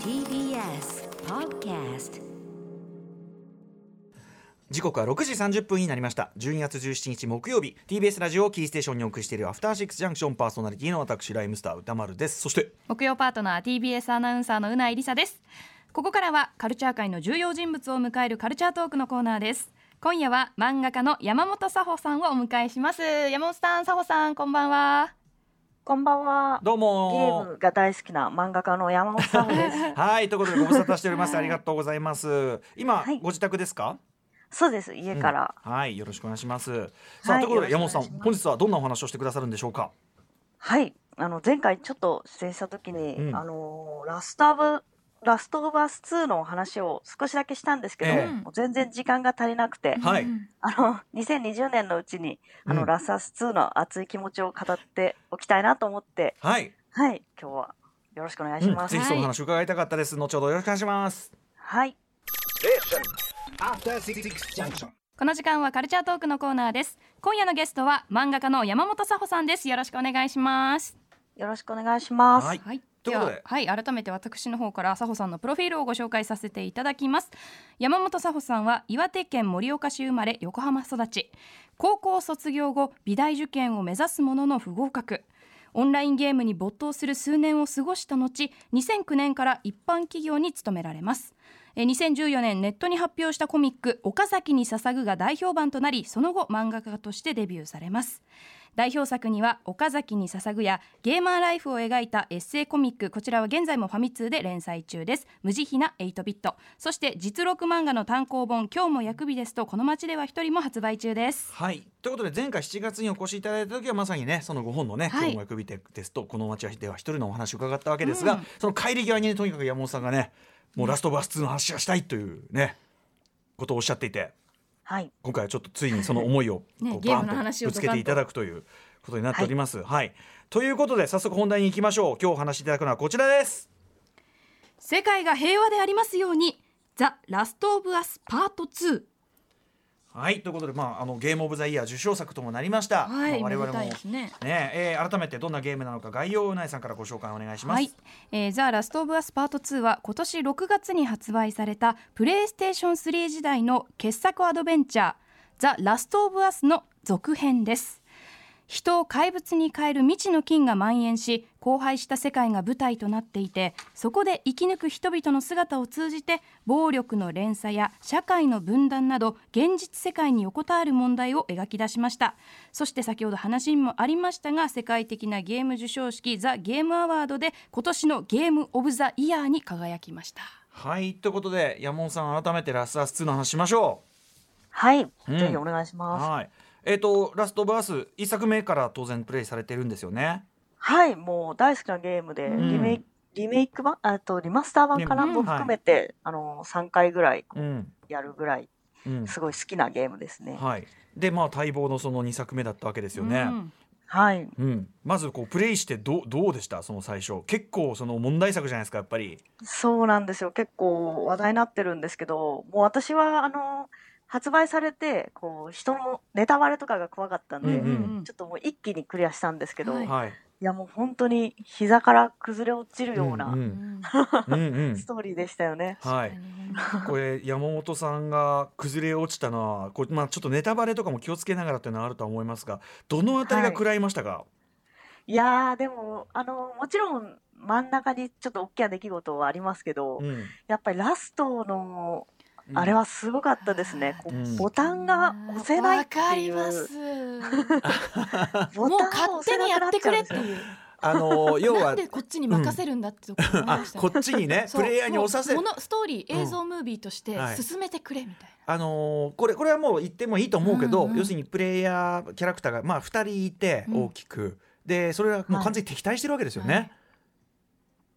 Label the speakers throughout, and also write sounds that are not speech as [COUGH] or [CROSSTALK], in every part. Speaker 1: TBS Podcast
Speaker 2: 時刻は6時30分になりました12月17日木曜日 TBS ラジオをキーステーションにお送りしているアフターシックスジャンクションパーソナリティの私ライムスター歌丸ですそして
Speaker 3: 木曜パートナー TBS アナウンサーのうないりさですここからはカルチャー界の重要人物を迎えるカルチャートークのコーナーです今夜は漫画家の山本佐穂さんをお迎えします山本さん佐穂さんこんばんは
Speaker 4: こんばんは。
Speaker 2: どう
Speaker 4: ゲ
Speaker 2: も
Speaker 4: ームが大好きな漫画家の山本さんで
Speaker 2: [LAUGHS]
Speaker 4: す。
Speaker 2: はいということでご無沙汰してお
Speaker 4: [LAUGHS]
Speaker 2: りますありがとうございます今、
Speaker 4: はい
Speaker 2: ご自宅ですか
Speaker 4: そうです。家から、
Speaker 2: うんはいよろしくお願いしますさあ、
Speaker 4: はい
Speaker 2: ということで
Speaker 4: よ
Speaker 2: 山
Speaker 4: ろ
Speaker 2: 本
Speaker 4: しく
Speaker 2: さん本日は
Speaker 4: お願いします
Speaker 2: どんなお話をしてくださるんでしょうか
Speaker 4: はい。あの前回ちょっと出演した時に、
Speaker 2: うん
Speaker 4: あのラストオブラストオブアス2のお話を少しだけしたんですけど、
Speaker 2: ええ
Speaker 4: もう全然時間が足りなくて、
Speaker 2: はい
Speaker 3: うん
Speaker 4: あの2020年のうちにあ
Speaker 2: う
Speaker 4: の、
Speaker 2: ん
Speaker 4: ラスアス2の熱い気持ちを語っておきたいなと思って、
Speaker 2: はい、
Speaker 4: はい。今日はよろしくお願いし
Speaker 2: うん
Speaker 4: ます。
Speaker 2: ぜひそのお話伺いたかったです後ほどよろしくお願いします
Speaker 4: はい。
Speaker 5: After Six Junction.
Speaker 3: この時間はカルチャートークのコーナーです今夜のゲストは漫画家の山本佐穂さんですよろしくお願いします
Speaker 4: よろしくお願いします。
Speaker 2: はい
Speaker 3: はい
Speaker 2: とい
Speaker 3: で
Speaker 2: うこと
Speaker 3: は
Speaker 2: で、
Speaker 3: はい、改めて私の方から佐穂さんのプロフィールをご紹介させていただきます山本佐穂さんは岩手県盛岡市生まれ横浜育ち高校卒業後美大受験を目指すものの不合格オンラインゲームに没頭する数年を過ごした後2009年から一般企業に勤められますえー2014年ネットに発表したコミック「岡崎に捧ぐ」が大評判となりその後漫画家としてデビューされます代表作には「岡崎に捧ぐ」やゲーマーライフを描いたエッセイコミックこちらは現在もファミ通で連載中です「無慈悲な8ビット」そして実録漫画の単行本「今日も薬日です」とこの街では一人も発売中です
Speaker 2: はい、ということで前回7月にお越しいただいた時はまさにねそのご本のね「
Speaker 3: はい
Speaker 2: 今日も役びテですと「この町はでは一人のお話を伺ったわけですが、
Speaker 3: うん
Speaker 2: その帰り際にねとにかく山本さんがねもうラストバス2の話がしたいというねことをおっしゃっていて
Speaker 4: はい。
Speaker 2: 今回はちょっとついにその思いを
Speaker 3: ね
Speaker 2: こう
Speaker 3: ゲームの
Speaker 2: バン
Speaker 3: 話
Speaker 2: と
Speaker 3: を
Speaker 2: ぶつけていただくということになっております。はい、ということで早速本題に行きましょう今日お話しいただくのはこちらです。
Speaker 3: 世界が平和でありますように「ザ・ラスト・オブ・アス・パート2」
Speaker 2: はいということで、まあ、あのゲーム・オブ・ザ・イヤー受賞作ともなりました。
Speaker 3: はい、
Speaker 2: まあ、
Speaker 3: め
Speaker 2: 我
Speaker 3: で
Speaker 2: 々
Speaker 3: た
Speaker 2: も
Speaker 3: いですね
Speaker 2: ねえー改めてどんなゲームなのか概要をうないさんからご紹介お願いします。
Speaker 3: はい、えー、ザ・ラスト・オブ・アス・パート2は今年6月に発売されたプレイステーション3時代の傑作アドベンチャー「ザ・ラスト・オブ・アス」の続編です人を怪物に変える未知の菌が蔓延し荒廃した世界が舞台となっていてそこで生き抜く人々の姿を通じて暴力の連鎖や社会の分断など現実世界に横たわる問題を描き出しましたそして先ほど話にもありましたが世界的なゲーム授賞式ザ・ゲームアワードで今年のゲーム・オブ・ザ・イヤーに輝きました
Speaker 2: はいということで山本さん改めてラストアス2の話しましょ
Speaker 4: はい。
Speaker 2: うん
Speaker 4: ぜひお願いし
Speaker 2: う
Speaker 4: ます。
Speaker 2: はいえっ、とラストバース一作目から当然プレイされてるんですよね
Speaker 4: はい、もう大好きなゲームで、
Speaker 2: うん
Speaker 4: リメイク、リメイク版、あとリマスター版かな
Speaker 2: リメイク
Speaker 4: も含めて、あの、3回ぐらい
Speaker 2: うん
Speaker 4: やるぐらい、
Speaker 2: うん
Speaker 4: すごい好きなゲームですね。
Speaker 2: はいでまあ待望のその二作目だったわけですよ
Speaker 3: う
Speaker 2: ね
Speaker 3: ん
Speaker 4: はい。
Speaker 2: うん、まずこうプレイしてどうどうでしたその最初結構その問題作じゃないですかやっぱり
Speaker 4: そうなんですよ。結構話題になってるんですけど、もう私は、あの、発売されて、こう、人のネタバレとかが怖かったんで、
Speaker 2: うんうん
Speaker 4: ちょっともう一気にクリアしたんですけど、、
Speaker 3: はいい
Speaker 2: はい
Speaker 4: やもう本当に膝から崩れ落ちるよう
Speaker 2: うん
Speaker 4: な
Speaker 3: うん
Speaker 2: うんうん
Speaker 4: ストーリーでしたよね。
Speaker 2: はいこれ山本さんが崩れ落ちたのはこれまあちょっとネタバレとかも気をつけながらっていうのはあるとは思いますがどのあたりが食らいましたか、
Speaker 4: いやー、でも、あの、もちろん真ん中にちょっと大きな出来事はありますけど、
Speaker 2: うん
Speaker 4: やっぱりラストの、
Speaker 2: うん
Speaker 4: あれはすごかったですね。こう
Speaker 2: うん
Speaker 4: ボタンが押せないっていう。
Speaker 3: わかります
Speaker 4: ボ
Speaker 3: もう
Speaker 4: タン
Speaker 3: 勝
Speaker 4: を押せ
Speaker 3: 手にや
Speaker 4: なく
Speaker 3: っ
Speaker 4: な
Speaker 3: て
Speaker 4: っち
Speaker 3: く
Speaker 4: ゃ
Speaker 3: れ
Speaker 4: うん
Speaker 3: っ
Speaker 4: で
Speaker 3: て
Speaker 4: すよ。
Speaker 3: いう [LAUGHS]
Speaker 2: あの要
Speaker 3: な
Speaker 2: は
Speaker 3: んでこっちに任せるんだってとこ思いま
Speaker 2: あ
Speaker 3: したね
Speaker 2: こっちにね
Speaker 3: そう
Speaker 2: プレイヤーに押させる
Speaker 3: もうものストーリー
Speaker 2: うん
Speaker 3: 映像ムービーとして
Speaker 2: はい
Speaker 3: 進めてくれみたい
Speaker 2: あのーこれこれはもう言ってもいいと思うけど、
Speaker 3: うんうん
Speaker 2: 要するにプレイヤーキャラクターがまあ2人いて
Speaker 3: うん
Speaker 2: 大きく、でそれはもう完全に敵対してるわけですよね。
Speaker 3: はい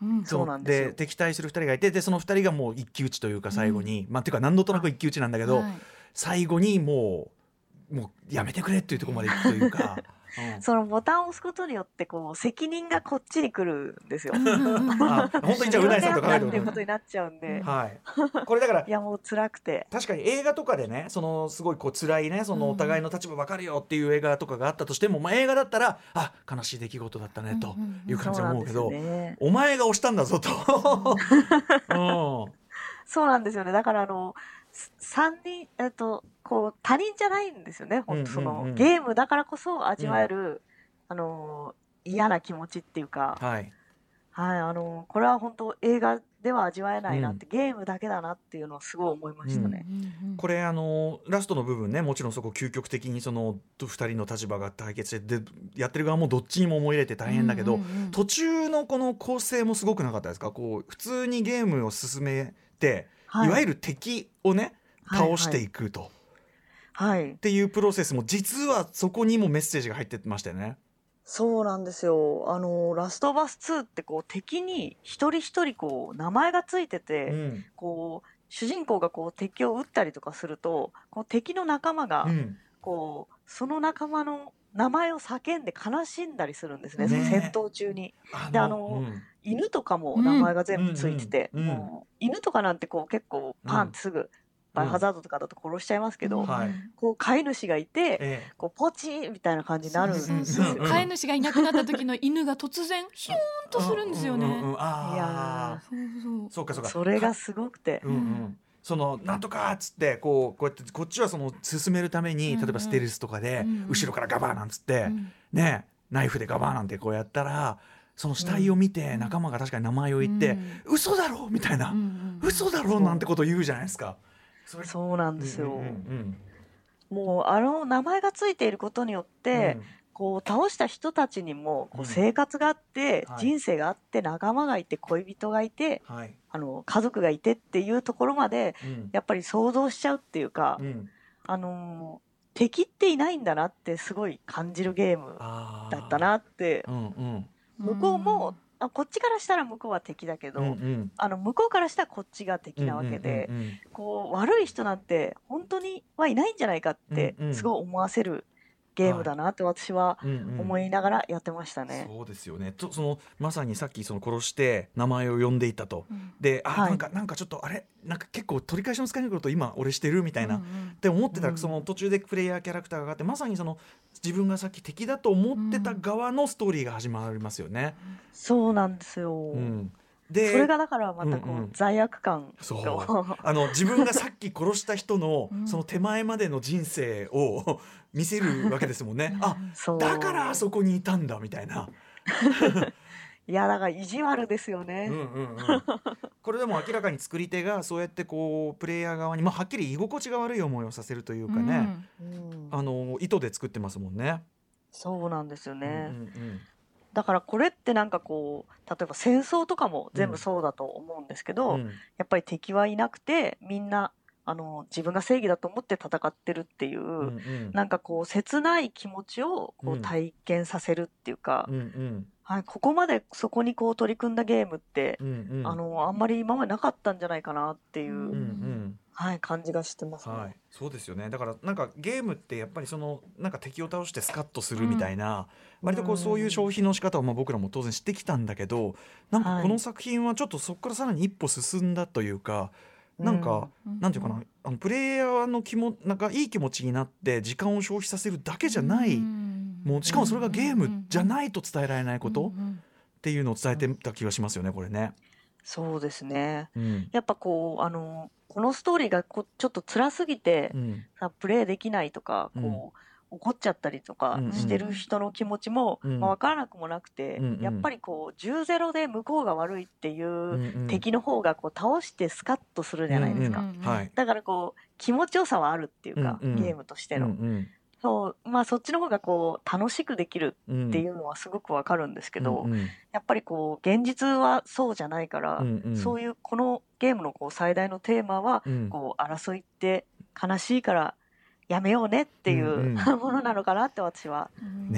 Speaker 3: な、うん
Speaker 4: そうなんですよ
Speaker 2: 敵対する2人がいてでその2人がもう一騎打ちというか最後に、まあていうか何度となく一騎打ちなんだけど、
Speaker 3: はい [LAUGHS]
Speaker 2: 最後にもうもうやめてくれっていうところまで行くというか
Speaker 4: そのボタンを押すことによって、こう、責任がこっちに来るんです
Speaker 2: [LAUGHS]
Speaker 4: よ。
Speaker 2: あ本当にじゃあうなえさんと考えて
Speaker 4: 自分でやったっていう
Speaker 2: もら
Speaker 4: ことになっちゃうんで
Speaker 2: う。はいこれだから
Speaker 4: いや、もう辛くて。
Speaker 2: 確かに映画とかでねそのすごいこう辛いねそのお互いの立場分かるよっていう映画とかがあったとしても、まあ、映画だったらあ悲しい出来事だったねという感じは思うけど、
Speaker 4: そうなんですよね。
Speaker 2: お前が押したんだぞと。 [LAUGHS] うん
Speaker 4: そうなんですよね。だからあの、す三人、えっと、こう、他人じゃないんですよね。本当そ
Speaker 2: うんうんう
Speaker 4: の
Speaker 2: ん、
Speaker 4: ゲームだからこそ味わえる、あの、嫌な気持ちっていうか、
Speaker 2: はい、
Speaker 4: はい、あの、これは本当映画では味わえないなって、ゲームだけだなっていうのをすごい思いましたね。
Speaker 2: [LAUGHS] これあのラストの部分ねもちろんそこ究極的にその2人の立場が対決してでやってる側もどっちにも思い入れて大変だけど、途中のこの構成もすごくなかったですかこう普通にゲームを進めて、、
Speaker 4: はいい。
Speaker 2: わゆる敵をね倒していくと、っ
Speaker 4: はい。はい
Speaker 2: ていうプロセスも実はそこにもメッセージが入ってましたよね。
Speaker 4: そうなんですよ。あの、ラストバス2ってこう、敵に一人一人こう、名前がついてて、
Speaker 2: うん
Speaker 4: こう、主人公がこう敵を撃ったりとかすると、こう敵の仲間が、
Speaker 2: うん
Speaker 4: こう、その仲間の名前を叫んで悲しんだりするんですね、
Speaker 2: ねえ
Speaker 4: その戦闘中に。
Speaker 2: あ
Speaker 4: であの
Speaker 2: うん
Speaker 4: 犬とかも名前が全部ついてて、
Speaker 2: うんうんうん
Speaker 4: もう犬とかなんてこう結構パンってすぐ、バイオハザードとかだと殺しちゃいますけ
Speaker 2: う
Speaker 4: ど、
Speaker 2: んはい
Speaker 4: こう飼い主がいて、
Speaker 2: ええ
Speaker 4: こうポチみたいな感じになるんです
Speaker 2: そう
Speaker 4: よ。
Speaker 2: そうそううんうん
Speaker 6: 飼い主がいなくなった時の犬が突然ヒューンとするんですよね。
Speaker 2: うんうんうんあー
Speaker 4: いや
Speaker 6: そうそう
Speaker 2: そうかそうか。
Speaker 4: それがすごくて。
Speaker 2: うんうん、そのなんとかっつってこうこうやってこっちはその進めるために
Speaker 6: うんう
Speaker 2: 例
Speaker 6: ん
Speaker 2: えばステルスとかで
Speaker 6: うんうん
Speaker 2: 後ろからガバーなんつって
Speaker 6: うん
Speaker 2: ねナイフでガバーなんてこうやったらその死体を見て
Speaker 6: ん
Speaker 2: 仲間が確かに名前を言って「嘘だろ!」みたいな
Speaker 6: うんうん
Speaker 2: 「嘘だろ!」なんてこと言うじゃないですか。それ
Speaker 4: そうなんですよ。
Speaker 2: うんうんうん
Speaker 4: もうあの名前がついていることによって、こう倒した人たちにも
Speaker 2: う
Speaker 4: こ
Speaker 2: ん
Speaker 4: う生活があって、
Speaker 2: はい
Speaker 4: 人生があって仲間がいて恋人がいて
Speaker 2: うんはい
Speaker 4: あの家族がいてっていうところまで
Speaker 2: うん
Speaker 4: やっぱり想像しちゃうっていうか、
Speaker 2: うん
Speaker 4: あのー敵っていないんだなってすごい感じるゲーム
Speaker 2: あー
Speaker 4: だったなって
Speaker 2: うんうん
Speaker 4: 向こうも、あこっちからしたら向こうは敵だけど、
Speaker 2: うんうん
Speaker 4: あの向こうからしたらこっちが敵なわけで、
Speaker 2: うんうんうんうん
Speaker 4: こう悪い人なんて本当にはいないんじゃないかって
Speaker 2: うんうん
Speaker 4: すごい思わせるゲームだなって私は
Speaker 2: うんうん
Speaker 4: 思いながらやってましたね。
Speaker 2: そうですよねとそのまさにさっきその殺して名前を呼んでいたと、
Speaker 6: うん
Speaker 2: であ、
Speaker 4: はい
Speaker 2: なんかなんかちょっとあれなんか結構取り返しのつかないこと今俺してるみたいな、
Speaker 6: う
Speaker 2: っ
Speaker 6: んうん
Speaker 2: て思ってた
Speaker 4: う
Speaker 2: ら
Speaker 4: ん
Speaker 2: その途中でプレイヤーキャラクターが上がってまさにその自分がさっき敵だと思ってた側のストーリーが始まりますよね。
Speaker 4: そうなんですよ。
Speaker 2: うん、
Speaker 4: そ
Speaker 2: で
Speaker 4: れがだからまたこう、
Speaker 2: うんうん
Speaker 4: 罪悪感
Speaker 2: そ
Speaker 4: と
Speaker 2: あの自分がさっき殺した人の
Speaker 6: うん
Speaker 2: その手前までの人生を [LAUGHS] 見せるわけですもんね。あ
Speaker 4: [LAUGHS] そう
Speaker 2: だからあそこにいたんだみたいな。
Speaker 4: いやだから意地悪ですよね。
Speaker 2: うんうんうん、これでも明らかに作り手がそうやってこうプレイヤー側に、まあ、はっきり居心地が悪い思いをさせるというかね、
Speaker 4: うん
Speaker 2: あの意図で作ってますもんね。
Speaker 4: そうなんですよね。
Speaker 2: うんうん
Speaker 4: だからこれってなんかこう例えば戦争とかも全部そうだと思うんですけど、
Speaker 2: うんうん
Speaker 4: やっぱり敵はいなくてみんなあの自分が正義だと思って戦ってるっていう、
Speaker 2: うんうん
Speaker 4: なんかこう切ない気持ちを
Speaker 2: う
Speaker 4: こうん体験させるっていうか、
Speaker 2: うんうん
Speaker 4: はい、ここまでそこにこう取り組んだゲームって、
Speaker 2: うんうん
Speaker 4: あのあんまり今までなかったんじゃないかなっていう、
Speaker 2: うんうん
Speaker 4: はい、感じがしてますね。
Speaker 2: はい、そうですよねだからなんかゲームってやっぱりそのなんか敵を倒してスカッとするみたいな、割とこうそういう消費の仕方をまあ僕らも当然知ってきたんだけどなんかこの作品はちょっとそこからさらに一歩進んだというか、なんか、なんていうかなあのプレイヤーの気もなんかいい気持ちになって時間を消費させるだけじゃない、もうしかもそれがゲームじゃ
Speaker 6: い
Speaker 2: ないと伝えられないこ
Speaker 6: う
Speaker 2: と、
Speaker 6: んうん
Speaker 2: っていうのを伝えてた気がしますよねこれね。
Speaker 4: そうですね
Speaker 2: うん
Speaker 4: やっぱこうあのこのストーリーがこうちょっと辛すぎて、
Speaker 2: うん
Speaker 4: さプレイできないとか
Speaker 2: うん
Speaker 4: こう、怒っちゃったりとか
Speaker 2: うんうん
Speaker 4: してる人の気持ちも、
Speaker 2: うん
Speaker 4: まあ、分からなくもなくて、
Speaker 2: うんうん
Speaker 4: やっぱりこう10ゼロで向こうが悪いっていううん
Speaker 2: うん
Speaker 4: 敵の方がこう倒してスカッとするじゃないですか、
Speaker 2: うんうんはい
Speaker 4: だからこう気持ちよさはあるっていうか、
Speaker 2: うんうん
Speaker 4: ゲームとしての、
Speaker 2: うんうん
Speaker 4: そうまあ、そっちの方がこう楽しくできる
Speaker 2: うん
Speaker 4: っていうのはすごく分かるんですけど、
Speaker 2: うんうん
Speaker 4: やっぱりこう現実はそうじゃないから、
Speaker 2: うんうん
Speaker 4: そういうこのゲームのこう最大のテーマは
Speaker 2: うん
Speaker 4: こう争いって悲しいからやめようねっていう、
Speaker 2: うん
Speaker 4: [LAUGHS] ものなのかなって私は、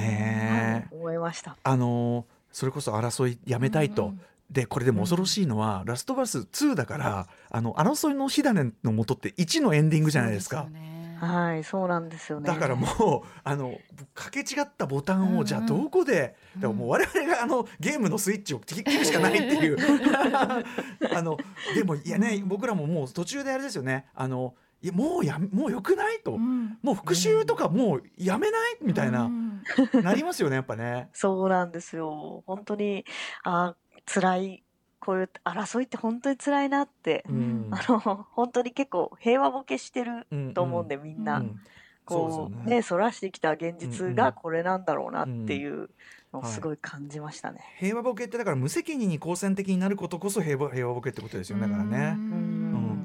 Speaker 2: ねえ
Speaker 4: 思いました。
Speaker 2: あのーそれこそ争いやめたいと、でこれでも恐ろしいのは、ラストバス2だからあの争いの火種の元って1のエンディングじゃないですか。
Speaker 6: そうよね
Speaker 4: はい、そうなんですよね。
Speaker 2: だからもうあのかけ違ったボタンをじゃあ
Speaker 3: うんうん
Speaker 2: どこで、でももう我々があのゲームのスイッチを切るしかないっていうあのでもいやね僕らももう途中であれですよねあのいやもうやもうよくないと、
Speaker 3: うん
Speaker 2: もう復習とかもうやめないみたいな
Speaker 3: う、ん
Speaker 2: なりますよねやっぱね。
Speaker 4: そうなんですよ。本当に、あー、辛い。こういう争いって本当に辛いなって、
Speaker 2: うん
Speaker 4: あの、本当に結構平和ボケしてる
Speaker 2: うん
Speaker 4: と思うんで、みんな。
Speaker 2: うんそう
Speaker 4: こ
Speaker 2: ですよ
Speaker 4: う、
Speaker 2: ね
Speaker 4: ね、そらしてきた現実
Speaker 2: うんう
Speaker 4: が
Speaker 2: ん
Speaker 4: これなんだろうなっていうのを
Speaker 2: はい
Speaker 4: すごい感じましたね。
Speaker 2: 平和ボケってだから無責任に好戦的になることこそ平和平和ボケってことですよねだからね。
Speaker 3: うん
Speaker 2: う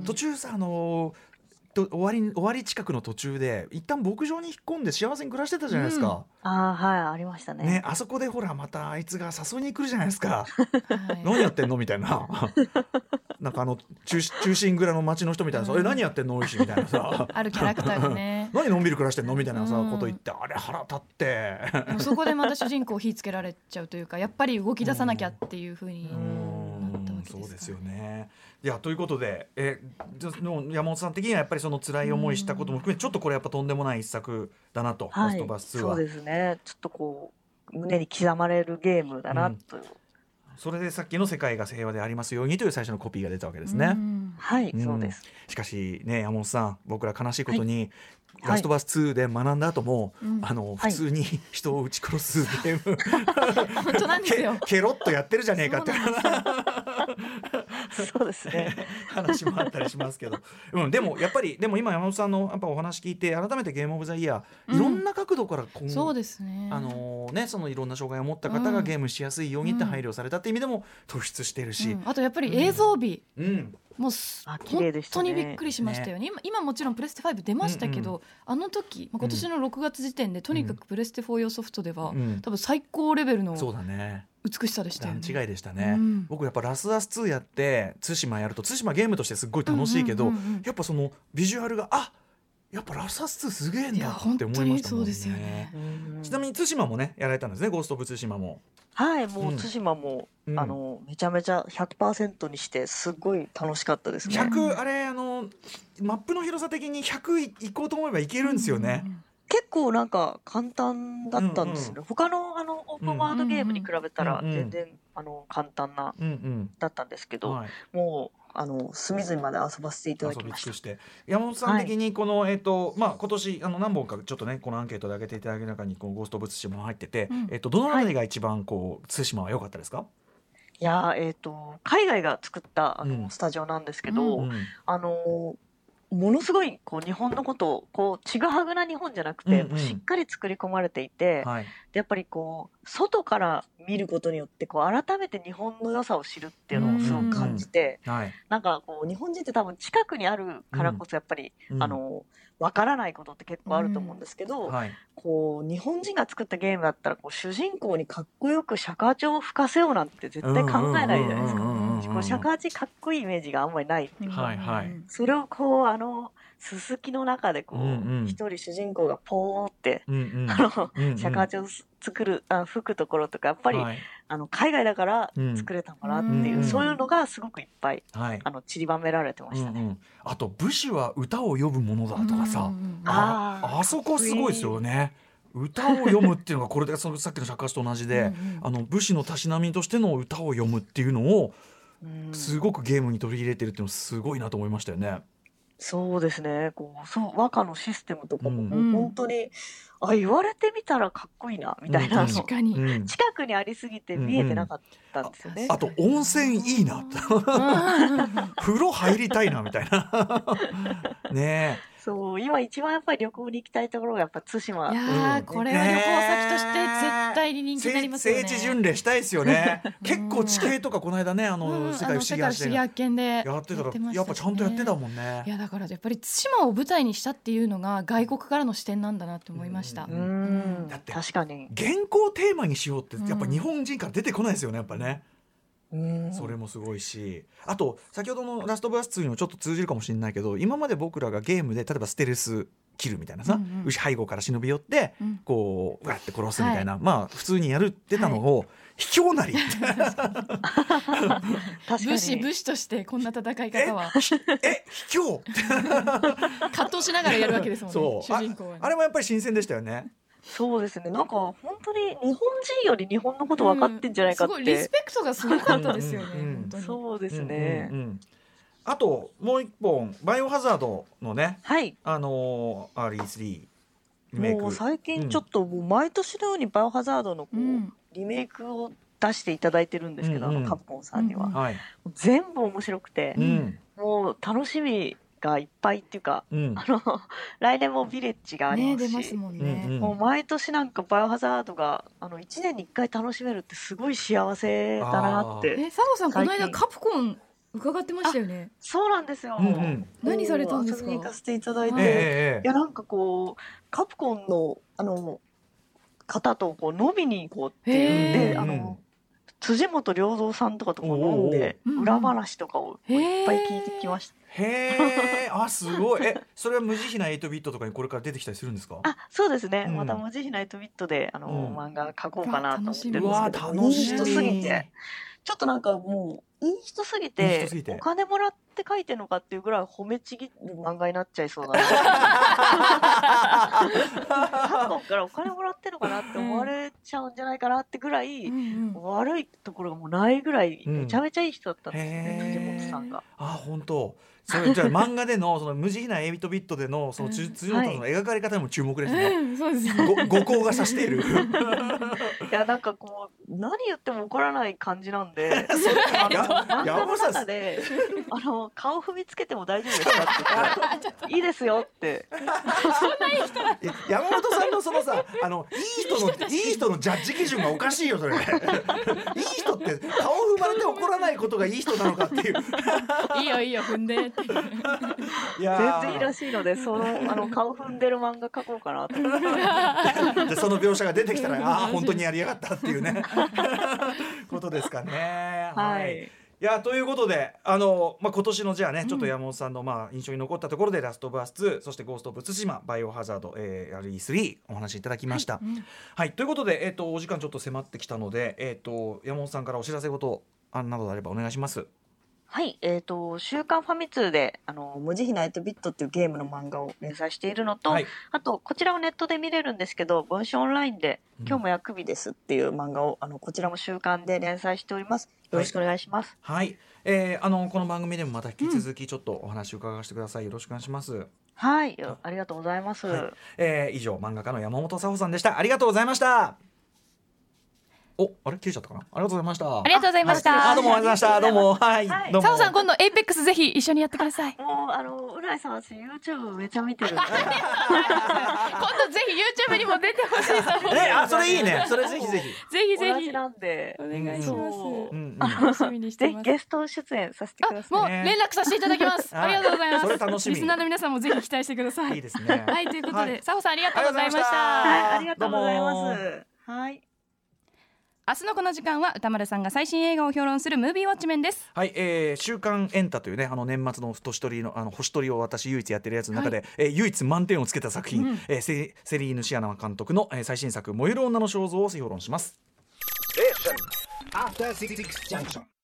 Speaker 2: ん途中さあのーと終わり終わり近くの途中で一旦牧場に引っ込んで幸せに暮らしてたじゃないですか、
Speaker 4: ああ、はい、ありました
Speaker 2: ね
Speaker 4: ね。
Speaker 2: あそこでほらまたあいつが誘いに来るじゃないですか
Speaker 6: はい [LAUGHS]
Speaker 2: 何やってんのみたいななんかあの中中心蔵の町の人みたいなさ「
Speaker 6: うん
Speaker 2: え何やってんのおいしい」みたいな
Speaker 3: [LAUGHS]
Speaker 2: さ
Speaker 6: あるキャラクターが
Speaker 2: [LAUGHS]
Speaker 6: ね
Speaker 2: 何のんびり暮らしてんのみたいなさ、
Speaker 6: うん
Speaker 2: こと言ってあれ腹立って
Speaker 6: でもそこでまた主人公を火つけられちゃうというかやっぱり動き出さなきゃっていうふうに、
Speaker 2: うん
Speaker 6: なったわけですか
Speaker 2: そ
Speaker 6: ら
Speaker 2: うですよね。いやということでえじゃの山本さん的にはやっぱりその辛い思いしたことも含めちょっとこれやっぱとんでもない一作だなと「
Speaker 4: は
Speaker 2: ラス
Speaker 4: い
Speaker 2: トバス2
Speaker 4: そう
Speaker 2: は
Speaker 4: ですね。ちょっとこう、胸に刻まれるゲームだなという。
Speaker 2: それでさっきの「世界が平和でありますように」という最初のコピーが出たわけですね。
Speaker 6: うん
Speaker 4: はい、
Speaker 2: うん
Speaker 4: そ
Speaker 2: [LAUGHS]
Speaker 4: うです。
Speaker 2: しかしね山本さん僕ら悲しいことに「
Speaker 4: はい
Speaker 2: ラストバス2」で学んだ後も、
Speaker 6: うん
Speaker 2: あの
Speaker 4: は
Speaker 2: 普
Speaker 4: い
Speaker 2: 通に人を撃ち殺すゲーム、
Speaker 6: 本当なんですよ
Speaker 2: ケケロッとやってるじゃねえかって
Speaker 6: そうなんです
Speaker 4: そうです
Speaker 2: [LAUGHS]
Speaker 4: ね。
Speaker 2: 話もあったりしますけど、うん、でもやっぱりでも今山本さんのやっぱお話聞いて改めてゲームオブザイヤー、
Speaker 6: うん
Speaker 2: いろんな角度から今
Speaker 6: そうですね
Speaker 2: あのね、そのいろんな障害を持った方が
Speaker 6: うん
Speaker 2: ゲームしやすいようにって配慮されたって意味でも突出してる
Speaker 6: う
Speaker 2: し
Speaker 6: ん、あとやっぱり映像美、
Speaker 2: うん
Speaker 6: もうす
Speaker 4: あ綺
Speaker 6: 本
Speaker 4: 麗でした
Speaker 6: 当
Speaker 4: ね
Speaker 6: にびっくりしましたよね今今もちろんプレステ5出ましたけど、
Speaker 2: う
Speaker 6: あの時まあ今年の6月時点で、とにかくプレステ4用ソフトでは、
Speaker 2: うん
Speaker 6: 多分最高レベルの
Speaker 2: そうだね
Speaker 6: 美しさでしたよ
Speaker 2: 段
Speaker 6: ね。
Speaker 2: 違いでしたね、
Speaker 6: うん
Speaker 2: 僕やっぱ「ラスアス2」やって対馬やると対馬ゲームとしてすっごい楽しいけど、
Speaker 6: うんうんうんうん
Speaker 2: やっぱそのビジュアルがあやっぱ「ラスアス2」すげえん
Speaker 6: いや
Speaker 2: だって思いましたもん
Speaker 6: 本当にそうですよね
Speaker 4: うん
Speaker 2: ちなみに対馬もねやられたんですね「ゴースト・オブ・対馬」も。
Speaker 4: はい、も
Speaker 2: うん
Speaker 4: う対馬も、
Speaker 2: うん
Speaker 4: あのめちゃめちゃ100%にしてすっごい楽しかったですね。
Speaker 2: 100あれあのマップの広さ的に100行こうと思えば行けるんですよね。
Speaker 4: 結構なんか簡単だったんですよね。他のあのオープンワードゲームに比べたら
Speaker 2: うんうん
Speaker 4: 全然、あの簡単な
Speaker 2: うん
Speaker 4: だったんですけ
Speaker 2: うん
Speaker 4: ど、
Speaker 2: はい、
Speaker 4: もうあの隅々まで遊ばせていただ
Speaker 2: 遊
Speaker 4: き
Speaker 2: び
Speaker 4: ま
Speaker 2: 尽
Speaker 4: した
Speaker 2: く。して山本さん的にこの、えっ、とまあ今年あの何本かちょっとねこのアンケートで挙げていただく中にこのゴーストブツシも入ってて、
Speaker 6: うん
Speaker 2: えっ、とどのあたりが一番こう対馬は良かったですか？
Speaker 4: いやーえっ、と海外が作ったあの、
Speaker 2: うん
Speaker 4: スタジオなんですけど、
Speaker 2: うん
Speaker 4: あのものすごいこう日本のことをこうちぐはぐな日本じゃなくて、
Speaker 2: うんうん
Speaker 4: しっかり作り込まれていて、
Speaker 2: はい。
Speaker 4: でやっぱりこう外から見ることによってこう改めて日本の良さを知るっていうのをすごく感じて、
Speaker 2: はい。
Speaker 4: なんかこう日本人って多分近くにあるからこそやっぱり、
Speaker 2: うん
Speaker 4: あ、のわからないことって結構あると思うんですけど、
Speaker 2: はい。
Speaker 4: こう日本人が作ったゲームだったらこう主人公にかっこよく釈迦帳を吹かせようなんて絶対考えないじゃないですか。
Speaker 2: うんうんうんうんうん
Speaker 4: こう釈迦帳かっこいいイメージがあんまりない。
Speaker 2: はいはい
Speaker 4: それをこうあのすすきの中でこう
Speaker 2: うんうん
Speaker 4: 一、人主人公がポーって、
Speaker 2: うんうん
Speaker 4: あの
Speaker 2: うんうん。
Speaker 4: 社会長作る、あ吹くところとかやっぱり、
Speaker 2: はい。
Speaker 4: あの海外だから
Speaker 2: うん
Speaker 4: 作れたのかなっていう、
Speaker 2: うん
Speaker 4: そういうのがすごくいっぱい
Speaker 2: はい。
Speaker 4: あの散りばめられてま
Speaker 2: うん
Speaker 4: し
Speaker 2: う
Speaker 4: たね。
Speaker 2: ん。あと武士は歌を読むものだとかさ。
Speaker 6: うんうんうん
Speaker 2: あ
Speaker 4: あー
Speaker 2: あそこすごいですよね。歌を読むっていうのがこれでそのさっきの釈迦師と同じで、あの武士のたしなみとしての歌を読むっていうのを
Speaker 4: うん
Speaker 2: すごくゲームに取り入れてるっていうのすごいなと思いましたよね。
Speaker 4: そうですねこうそう和歌のシステムとかもも
Speaker 6: うん
Speaker 4: う本当に、あ言われてみたらかっこいいなみたいな、
Speaker 2: うん
Speaker 4: あの
Speaker 6: 確かに、
Speaker 2: うん、
Speaker 4: 近くにありすぎて見えてなかったんですよね。
Speaker 2: あと温泉いいな
Speaker 3: [LAUGHS]
Speaker 2: 風呂入りたいなみたいなね
Speaker 4: そう今一番やっぱり旅行に行きたいところがやっぱ対馬
Speaker 6: いやー、
Speaker 2: うん
Speaker 6: これは旅行先として絶対に
Speaker 2: え、
Speaker 6: 人気になり
Speaker 2: 聖
Speaker 6: ますよね。
Speaker 2: 聖地巡礼したいですよね結構地形とかこの間ねあの世界不思議発見
Speaker 6: や
Speaker 2: や
Speaker 6: っで
Speaker 2: ってたら
Speaker 6: ましたね
Speaker 2: やっぱちゃんとやってたもんね
Speaker 6: い。やだからやっぱり対馬を舞台にしたっていうのが外国からの視点なんだなって思いました。
Speaker 2: うん
Speaker 4: う
Speaker 6: うん
Speaker 4: ん
Speaker 2: だって
Speaker 4: 確かに、
Speaker 2: 原稿をテーマにしようってやっぱ日本人から出てこないですよねやっぱね、
Speaker 4: うん
Speaker 2: それもすごいしあと先ほどの「ラストバース2」にもちょっと通じるかもしれないけど今まで僕らがゲームで例えばステルス切るみたいなさ、
Speaker 6: うんうん
Speaker 2: 牛背後から忍び寄って、
Speaker 6: うん
Speaker 2: こううわって殺すみたいな、まあ普通にやるってたのを、卑怯な
Speaker 4: [LAUGHS]
Speaker 2: り
Speaker 4: 確か
Speaker 6: 武士
Speaker 4: に。
Speaker 6: 武士としてこんな戦い方
Speaker 4: [LAUGHS]
Speaker 6: は
Speaker 2: え卑怯
Speaker 6: 葛藤しながらやるわけですもんね
Speaker 2: そう
Speaker 6: 主
Speaker 2: あ
Speaker 6: 人公はね、
Speaker 2: あれもやっぱり新鮮でしたよね。
Speaker 4: そうですね。なんか本当に日本人より日本のこと分かってんじゃないかっ
Speaker 6: うんすごいリス
Speaker 4: て。
Speaker 6: ペクトがすごかったですよね
Speaker 2: うんうんうん
Speaker 6: 本当に
Speaker 4: そうですね
Speaker 2: うん。うんうんあともう一本「バイオハザード」のね、
Speaker 4: はい。
Speaker 2: あのー、RE3 リメイク
Speaker 4: もう最近ちょっともう毎年のようにバイオハザードのこう
Speaker 6: うん
Speaker 4: リメイクを出していただいてるんですけど、
Speaker 2: うんうん
Speaker 4: あのカプコンさんには、
Speaker 6: うん
Speaker 2: はい、
Speaker 4: 全部面白くて
Speaker 2: う、ん
Speaker 4: もう楽しみがいっぱいっていうか、
Speaker 2: うん
Speaker 4: あの [LAUGHS] 来年もヴィレッジがあり
Speaker 6: ね
Speaker 4: ま
Speaker 6: 出
Speaker 4: すし、
Speaker 6: ますもん
Speaker 2: うん
Speaker 6: ね、
Speaker 2: うん
Speaker 4: もう毎年なんかバイオハザードがあの1年に1回楽しめるってすごい幸せだなって
Speaker 6: え佐藤さんこの間
Speaker 4: 最近
Speaker 6: カプコン伺ってましたよね
Speaker 4: そうなんですよ、
Speaker 2: うんうん
Speaker 6: 何されたんですか
Speaker 4: もう遊びに行かせていただいて、
Speaker 6: うん
Speaker 2: えええ
Speaker 4: いやなんかこうカプコンのあの方とこう飲みに行こうっていうん
Speaker 2: へ
Speaker 4: で
Speaker 2: ー
Speaker 4: あの辻本良三さんとかとこう飲んで
Speaker 6: おーおー
Speaker 4: 裏話とかを
Speaker 6: へえ
Speaker 4: いっぱい聞いてきました、
Speaker 2: えへえあすごいえそれは無慈悲な8ビットとかにこれから出てきたりするんですか
Speaker 4: あそうですね、
Speaker 2: うん
Speaker 4: また無慈悲ナイトビットであの、
Speaker 2: うん
Speaker 4: 漫画書こうかなと思ってるんですけ
Speaker 2: う
Speaker 4: ど
Speaker 2: わー楽し
Speaker 4: いい人
Speaker 2: み
Speaker 4: すぎてちょっとなんかもういい人すぎて
Speaker 2: いい人すぎて
Speaker 4: お金もらって書いてるのかっていうぐらい褒めちぎる漫画になっちゃいそうな韓国からお金もらってるのかなって思われちゃうんじゃないかなってぐらい、
Speaker 6: うんうん
Speaker 4: 悪いところがもうないぐらい
Speaker 2: うん
Speaker 4: めちゃめちゃいい人だったんですよね、
Speaker 2: へー
Speaker 4: 藤本さんが。
Speaker 2: あ本当それじゃあ漫画でのその無慈悲な8ビットでのその辻辻元さんの描かれ方にも注目ですね、
Speaker 6: うんそうですね
Speaker 2: ご誤光がさして
Speaker 4: [LAUGHS]
Speaker 2: いる
Speaker 4: いやなんかこう何言っても怒らない感じなん
Speaker 2: [LAUGHS]
Speaker 4: であの
Speaker 2: や
Speaker 4: 漫画
Speaker 2: やば
Speaker 4: の
Speaker 2: さ
Speaker 4: 中で「あの顔踏みつけても大丈夫ですか?」
Speaker 2: [LAUGHS]
Speaker 4: って言ったら「いいですよ」って
Speaker 2: いや山本さんのそのさあのいい人のいい人のジャッジ基準がおかしいよ
Speaker 4: [LAUGHS]
Speaker 2: それいい人って顔踏まれて怒らないことがいい人なのかっていう
Speaker 6: [LAUGHS] いいよいいよ踏んで
Speaker 4: [LAUGHS]
Speaker 6: って
Speaker 2: いやー
Speaker 4: 全然いいらしいのでそのあの顔踏んでる漫画描こうかなと思っ
Speaker 2: で
Speaker 4: て
Speaker 2: その描写が出てきたらああー本当にやりやがったっていうね [LAUGHS] ことですかね。
Speaker 4: はい。
Speaker 2: いやということであの、まあ、今年のじゃあね、ちょっと山本さんの、まあ、印象に残ったところで「ラストバース2」そして「ゴースト・オブ・ツシマ」「バイオハザード、えー、RE3」お話いただきました。はいということで、えー、とお時間ちょっと迫ってきたので、えー、と山本さんからお知らせ事あなどあればお願いします。
Speaker 4: はい、えっ、と、週刊ファミ通で、あの、無慈悲ナイトビットっていうゲームの漫画を連載しているのと、
Speaker 2: はい、
Speaker 4: あと、こちらをネットで見れるんですけど、文春オンラインで、
Speaker 2: うん
Speaker 4: 今日も薬日ですっていう漫画を、あの、こちらも週刊で連載しております。よろしくお願いします。
Speaker 2: はいえー、あのこの番組でもまた引き続きちょっとお話伺わせてください。よろしくお願いします。
Speaker 4: はい、よありがとうございます。
Speaker 2: はいえー、以上漫画家の山本佐穂さんでしたありがとうございましたおあれ切れちゃったかなありがとうございました
Speaker 3: ありがとうございました
Speaker 2: あどうもありがとうございましたどうもはい、
Speaker 4: はい
Speaker 2: どうも
Speaker 3: 佐藤さん今度エイペックスぜひ一緒にやってくだ
Speaker 2: [LAUGHS]
Speaker 3: さい
Speaker 4: もう、あの、浦井さん、私、YouTube めちゃ見てるんで。
Speaker 3: 今度ぜひ YouTube にも出てほしい
Speaker 2: [LAUGHS]
Speaker 3: 佐藤さん
Speaker 2: ねあそれいいねそれぜひぜひ
Speaker 3: ぜひぜ
Speaker 4: 同
Speaker 3: ひ
Speaker 4: じなんで、
Speaker 6: お願いし
Speaker 4: そ
Speaker 6: ま
Speaker 2: う
Speaker 4: う
Speaker 2: うんうん
Speaker 6: す楽しみにし
Speaker 4: ぜ
Speaker 6: て
Speaker 4: ひ
Speaker 6: ます
Speaker 4: ゲスト出演させてください。
Speaker 3: もう連絡させていただきます
Speaker 2: [LAUGHS] は
Speaker 3: あ
Speaker 2: い
Speaker 3: りがとうございます
Speaker 2: それ楽しみ
Speaker 3: リスナーの皆さんもぜひ期待してくだ [LAUGHS] さい
Speaker 2: いいですね
Speaker 3: はいということで、
Speaker 2: はい
Speaker 3: 佐保さんありがとうございました
Speaker 4: はい、ありがとうござい
Speaker 2: どう
Speaker 4: ま
Speaker 2: も
Speaker 4: す。はい。
Speaker 3: 明日のこの時間は歌丸さんが最新映画を評論するムービーウォッチメンです
Speaker 2: はい、えー週刊エンタというね、あの年末の年取りの、あの星取りを私唯一やってるやつの中で。えー唯一満点をつけた作品、えーセセリーヌシアナ監督の、えー最新作燃える女の肖像を評論します。
Speaker 5: Station. After Six Junction.